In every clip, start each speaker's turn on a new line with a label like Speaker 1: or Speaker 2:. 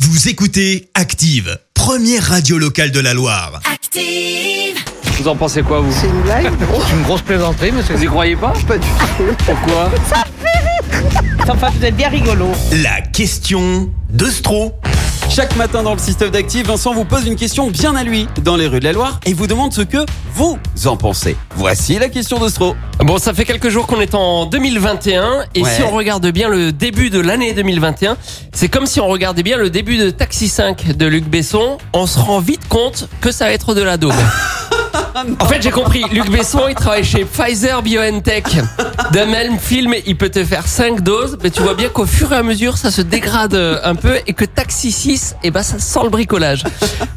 Speaker 1: Vous écoutez Active, première radio locale de la Loire.
Speaker 2: Active!
Speaker 3: Vous en pensez quoi, vous
Speaker 4: C'est une blague
Speaker 5: C'est une grosse plaisanterie, monsieur.
Speaker 3: Vous y croyez pas
Speaker 4: Pas du tout.
Speaker 3: Pourquoi
Speaker 4: Enfin, vous êtes bien rigolo.
Speaker 1: La question de Stro.
Speaker 6: Chaque matin dans le système d'actifs, Vincent vous pose une question bien à lui dans les rues de la Loire et vous demande ce que vous en pensez. Voici la question de Stro.
Speaker 3: Bon, ça fait quelques jours qu'on est en 2021 et
Speaker 6: Ouais.
Speaker 3: si on regarde bien le début de l'année 2021, c'est comme si on regardait bien le début de Taxi 5 de Luc Besson. On se rend vite compte que ça va être de la daube. En fait, j'ai compris. Luc Besson, il travaille chez Pfizer BioNTech. D'un même film, il peut te faire 5 doses, mais tu vois bien qu'au fur et à mesure, ça se dégrade euh, un peu et que Taxi 6, eh ben, ça sent le bricolage.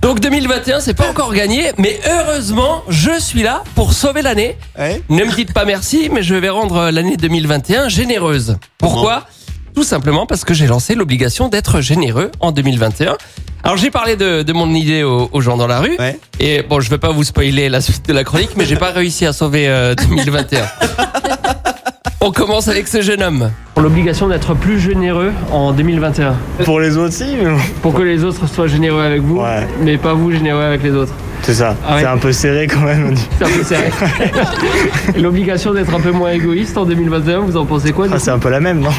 Speaker 3: Donc 2021, c'est pas encore gagné, mais heureusement, je suis là pour sauver l'année. Ne me dites pas merci, mais je vais rendre euh, l'année 2021 généreuse. Pourquoi Tout simplement parce que j'ai lancé l'obligation d'être généreux en 2021. Alors j'ai parlé de, de mon idée aux, aux gens dans la rue.
Speaker 6: Ouais.
Speaker 3: Et bon, je vais pas vous spoiler la suite de la chronique, mais j'ai pas réussi à sauver euh, 2021. On commence avec ce jeune homme. Pour l'obligation d'être plus généreux en 2021.
Speaker 7: Pour les autres aussi, mais bon,
Speaker 3: Pour que les autres soient généreux avec vous,
Speaker 7: Ouais.
Speaker 3: mais pas vous généreux avec les autres.
Speaker 7: c'est ça.
Speaker 3: Ah ouais.
Speaker 7: C'est un peu serré quand même. on dit.
Speaker 3: C'est un peu serré. l'obligation d'être un peu moins égoïste en 2021, vous en pensez quoi
Speaker 7: Ah, c'est un peu la même, non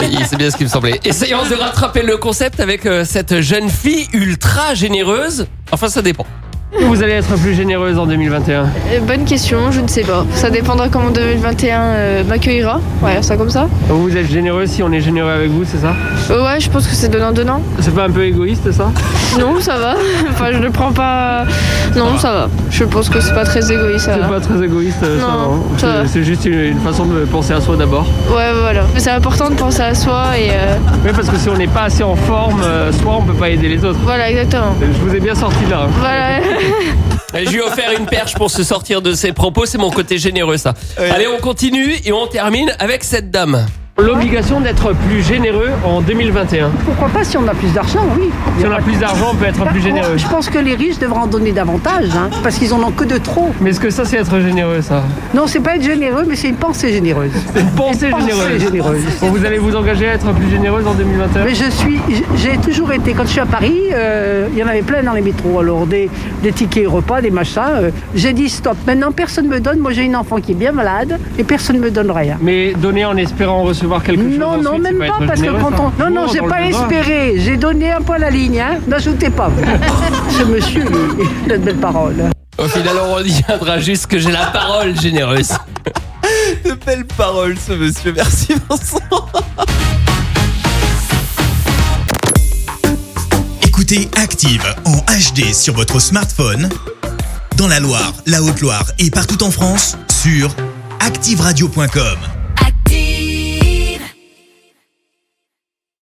Speaker 3: Oui, c'est bien ce qui me semblait. Essayons de rattraper le concept avec euh, cette jeune fille ultra généreuse. Enfin, ça dépend. Vous allez être plus généreuse en 2021.
Speaker 8: Euh, Bonne question, je ne sais pas. Ça dépendra comment 2021 euh, m'accueillera. Ouais, ça comme ça.
Speaker 3: Vous êtes généreux si on est généreux avec vous, c'est ça
Speaker 8: Euh, ouais, je pense que c'est donnant-donnant.
Speaker 3: C'est pas un peu égoïste ça
Speaker 8: Non, ça va. Enfin, je ne prends pas. Non, ça va. Je pense que c'est pas très égoïste. ça
Speaker 3: C'est
Speaker 8: va.
Speaker 3: pas très égoïste
Speaker 8: ça,
Speaker 3: ça.
Speaker 8: Non, hein. ça C'est- va.
Speaker 3: C'est juste une façon de penser à soi d'abord.
Speaker 8: Ouais, voilà. Mais c'est important de penser à soi et. euh,
Speaker 3: Oui, parce que si on n'est pas assez en forme, soit on peut pas aider les autres.
Speaker 8: Voilà, exactement.
Speaker 3: Je vous ai bien sorti là. hein.
Speaker 8: Voilà.
Speaker 3: Je lui ai offert une perche pour se sortir de ses propos, c'est mon côté généreux ça. Allez, on continue et on termine avec cette dame. L'obligation d'être plus généreux en 2021.
Speaker 9: Pourquoi pas si on a plus d'argent, oui.
Speaker 3: Si on a plus d'argent, on peut être plus généreux.
Speaker 9: Je pense que les riches devraient en donner davantage, hein, parce qu'ils en ont que de trop.
Speaker 3: Mais est-ce que ça c'est être généreux ça
Speaker 9: Non, c'est pas être généreux, mais c'est une pensée généreuse.
Speaker 3: C'est une pensée
Speaker 9: Pensée
Speaker 3: généreuse.
Speaker 9: généreuse.
Speaker 3: Bon, vous allez vous engager à être plus généreuse en 2021
Speaker 9: Mais je suis, j'ai toujours été, quand je suis à Paris, euh, il y en avait plein dans les métros, alors des, des tickets repas, des machins. euh, j'ai dit stop, maintenant personne me donne, moi j'ai une enfant qui est bien malade et personne me donne rien.
Speaker 3: Mais donner en espérant recevoir quelque chose.
Speaker 9: Non, non,
Speaker 3: ensuite, c'est
Speaker 9: même pas,
Speaker 3: être
Speaker 9: parce que
Speaker 3: généreux,
Speaker 9: quand
Speaker 3: ça.
Speaker 9: on. Non, non, j'ai
Speaker 3: dans
Speaker 9: pas
Speaker 3: le droit.
Speaker 9: espéré, j'ai donné un peu à la ligne, hein. n'ajoutez pas. vous. Ce monsieur, il a de belles paroles.
Speaker 3: Au final, on rediendra juste que j'ai la parole généreuse.
Speaker 6: De belles paroles ce monsieur, merci Vincent.
Speaker 1: Écoutez Active en HD sur votre smartphone, dans la Loire, la Haute-Loire et partout en France, sur activeradio.com.